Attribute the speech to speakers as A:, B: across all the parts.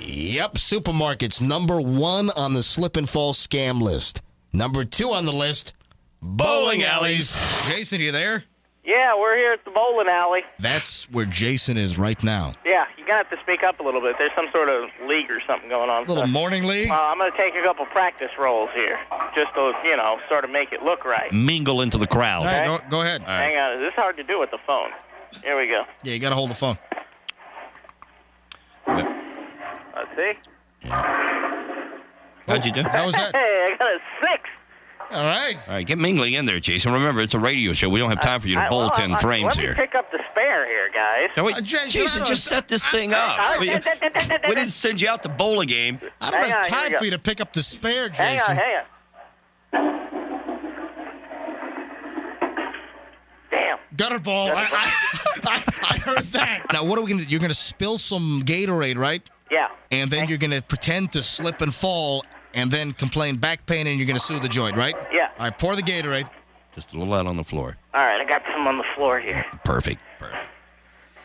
A: Yep, supermarkets number one on the slip and fall scam list. Number two on the list, bowling alleys.
B: Jason, you there?
C: Yeah, we're here at the bowling alley.
B: That's where Jason is right now.
C: Yeah, you're gonna have to speak up a little bit. There's some sort of league or something going on.
B: Little
C: so-
B: morning league.
C: uh, I'm gonna take a couple practice rolls here, just to you know, sort of make it look right.
D: Mingle into the
B: All
D: crowd.
B: right, go, go ahead.
C: Hang on, this is hard to do with the phone. Here we go.
B: Yeah, you got to hold the phone.
C: Let's Uh, see.
D: How'd you do? All
B: How was that?
C: Hey, I got a six.
B: All right.
D: right, get mingling in there, Jason. Remember, it's a radio show. We don't have time for you to
C: Uh, I-
D: bowl
C: well,
D: ten
C: I-
D: frames
C: let me
D: here.
C: pick up the spare here, guys.
D: Now, wait,
B: Uh, Jason, I
D: Jason,
B: don't-
D: just set this thing up.
C: I-
D: We,
C: I- I-
D: we didn't send you out to bowl a game.
B: I don't
C: Hang
B: have
C: on, here we
B: time
C: go.
B: for you to pick up the spare, Jason.
C: Hang on, hang on. Damn.
B: Gutter ball. I, I, I, I heard that. Now, what are we going to You're going to spill some Gatorade, right?
C: Yeah.
B: And then you're going to pretend to slip and fall and then complain back pain and you're going to sue the joint, right?
C: Yeah.
B: All right, pour the Gatorade.
D: Just a little out on the floor.
C: All right, I got some on the floor here.
D: Perfect. Perfect.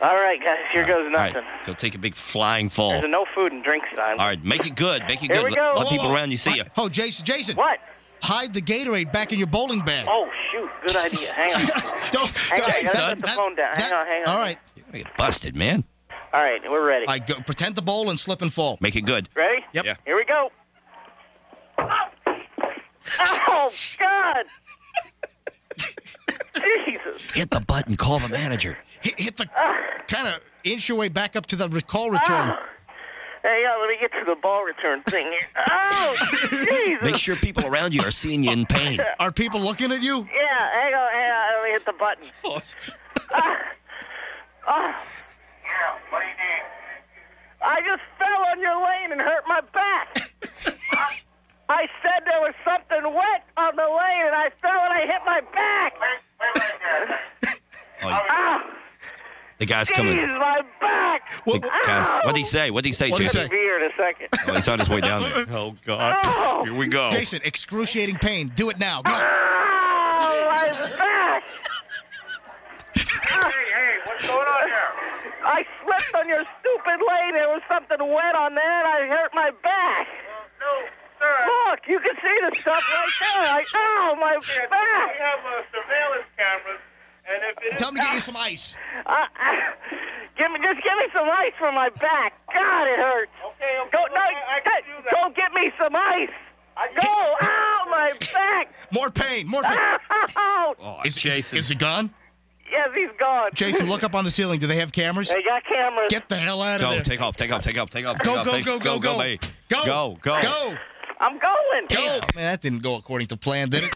C: All right, guys, here goes
D: All right,
C: nothing.
D: go take a big flying fall.
C: There's a no food and drink sign.
D: All right, make it good. Make it
C: Here
D: good.
C: we
D: Let,
C: go.
D: let people
B: Whoa,
D: around you see you.
B: Oh, Jason, Jason.
C: What?
B: Hide the Gatorade back in your bowling bag.
C: Oh shoot! Good idea. Hang on.
B: Don't,
C: Hang on, I gotta
D: Jason,
C: put the phone down. Hang on, hang on.
B: All right.
D: You're gonna get busted, man.
C: All right, we're ready.
B: I go, pretend to bowl and slip and fall.
D: Make it good.
C: Ready?
B: Yep.
D: Yeah.
C: Here we go. Oh God! Jesus!
D: Hit the button. Call the manager.
B: Hit, hit the
C: Ah.
B: kind of inch your way back up to the recall return.
C: Hey, yeah, let me get to the ball return thing here. Oh Jesus!
D: Make sure people around you are seeing you in pain.
B: Are people looking at you?
C: Yeah, hang on, hang on. Let me hit the button.
D: Oh,
C: Yeah, what do you need? I just fell on your lane and hurt my back. I said there was something wet on the lane, and I fell and I hit my back.
D: Oh,
C: Ah,
D: the guy's
C: jeez, Ah!
D: coming.
C: my back.
D: The guy's, what'd he say? What'd he say,
B: What'd he
D: Jason?
B: say?
C: Be here in a second.
D: Oh, he's on his way down there. Oh God! Here we go.
B: Jason, excruciating pain. Do it now. Go.
C: Ah. Oh, my back!
E: Hey, hey, what's going on here?
C: I slipped on your stupid lane. There was something wet on there, and I hurt my back.
E: No, sir.
C: Look, you can see the stuff right there. I, oh, my
E: We
C: back!
E: have uh, surveillance cameras, and if it is
B: Tell him to get you some ice.
C: Uh, give me, just give me some ice for my back. God, it hurts.
E: okay, okay,
C: Go,
E: look,
C: no,
E: I, I can do that.
C: go get me some ice. Go, ow, my back.
B: More pain. More pain.
C: Ah. Ow.
D: Oh,
B: Is,
D: Jason.
B: Is, is it gone?
C: Yes, he's gone.
B: Jason, look up on the ceiling. Do they have cameras?
C: They got cameras.
B: Get the hell out of
D: go.
B: there.
D: Take off. Take off. Take off. Take off.
B: go,
D: take
B: go,
D: off.
B: go, go, go,
D: babe.
B: go,
D: go, go,
B: go,
C: I'm going.
B: go. Man, that didn't go according to plan, did it?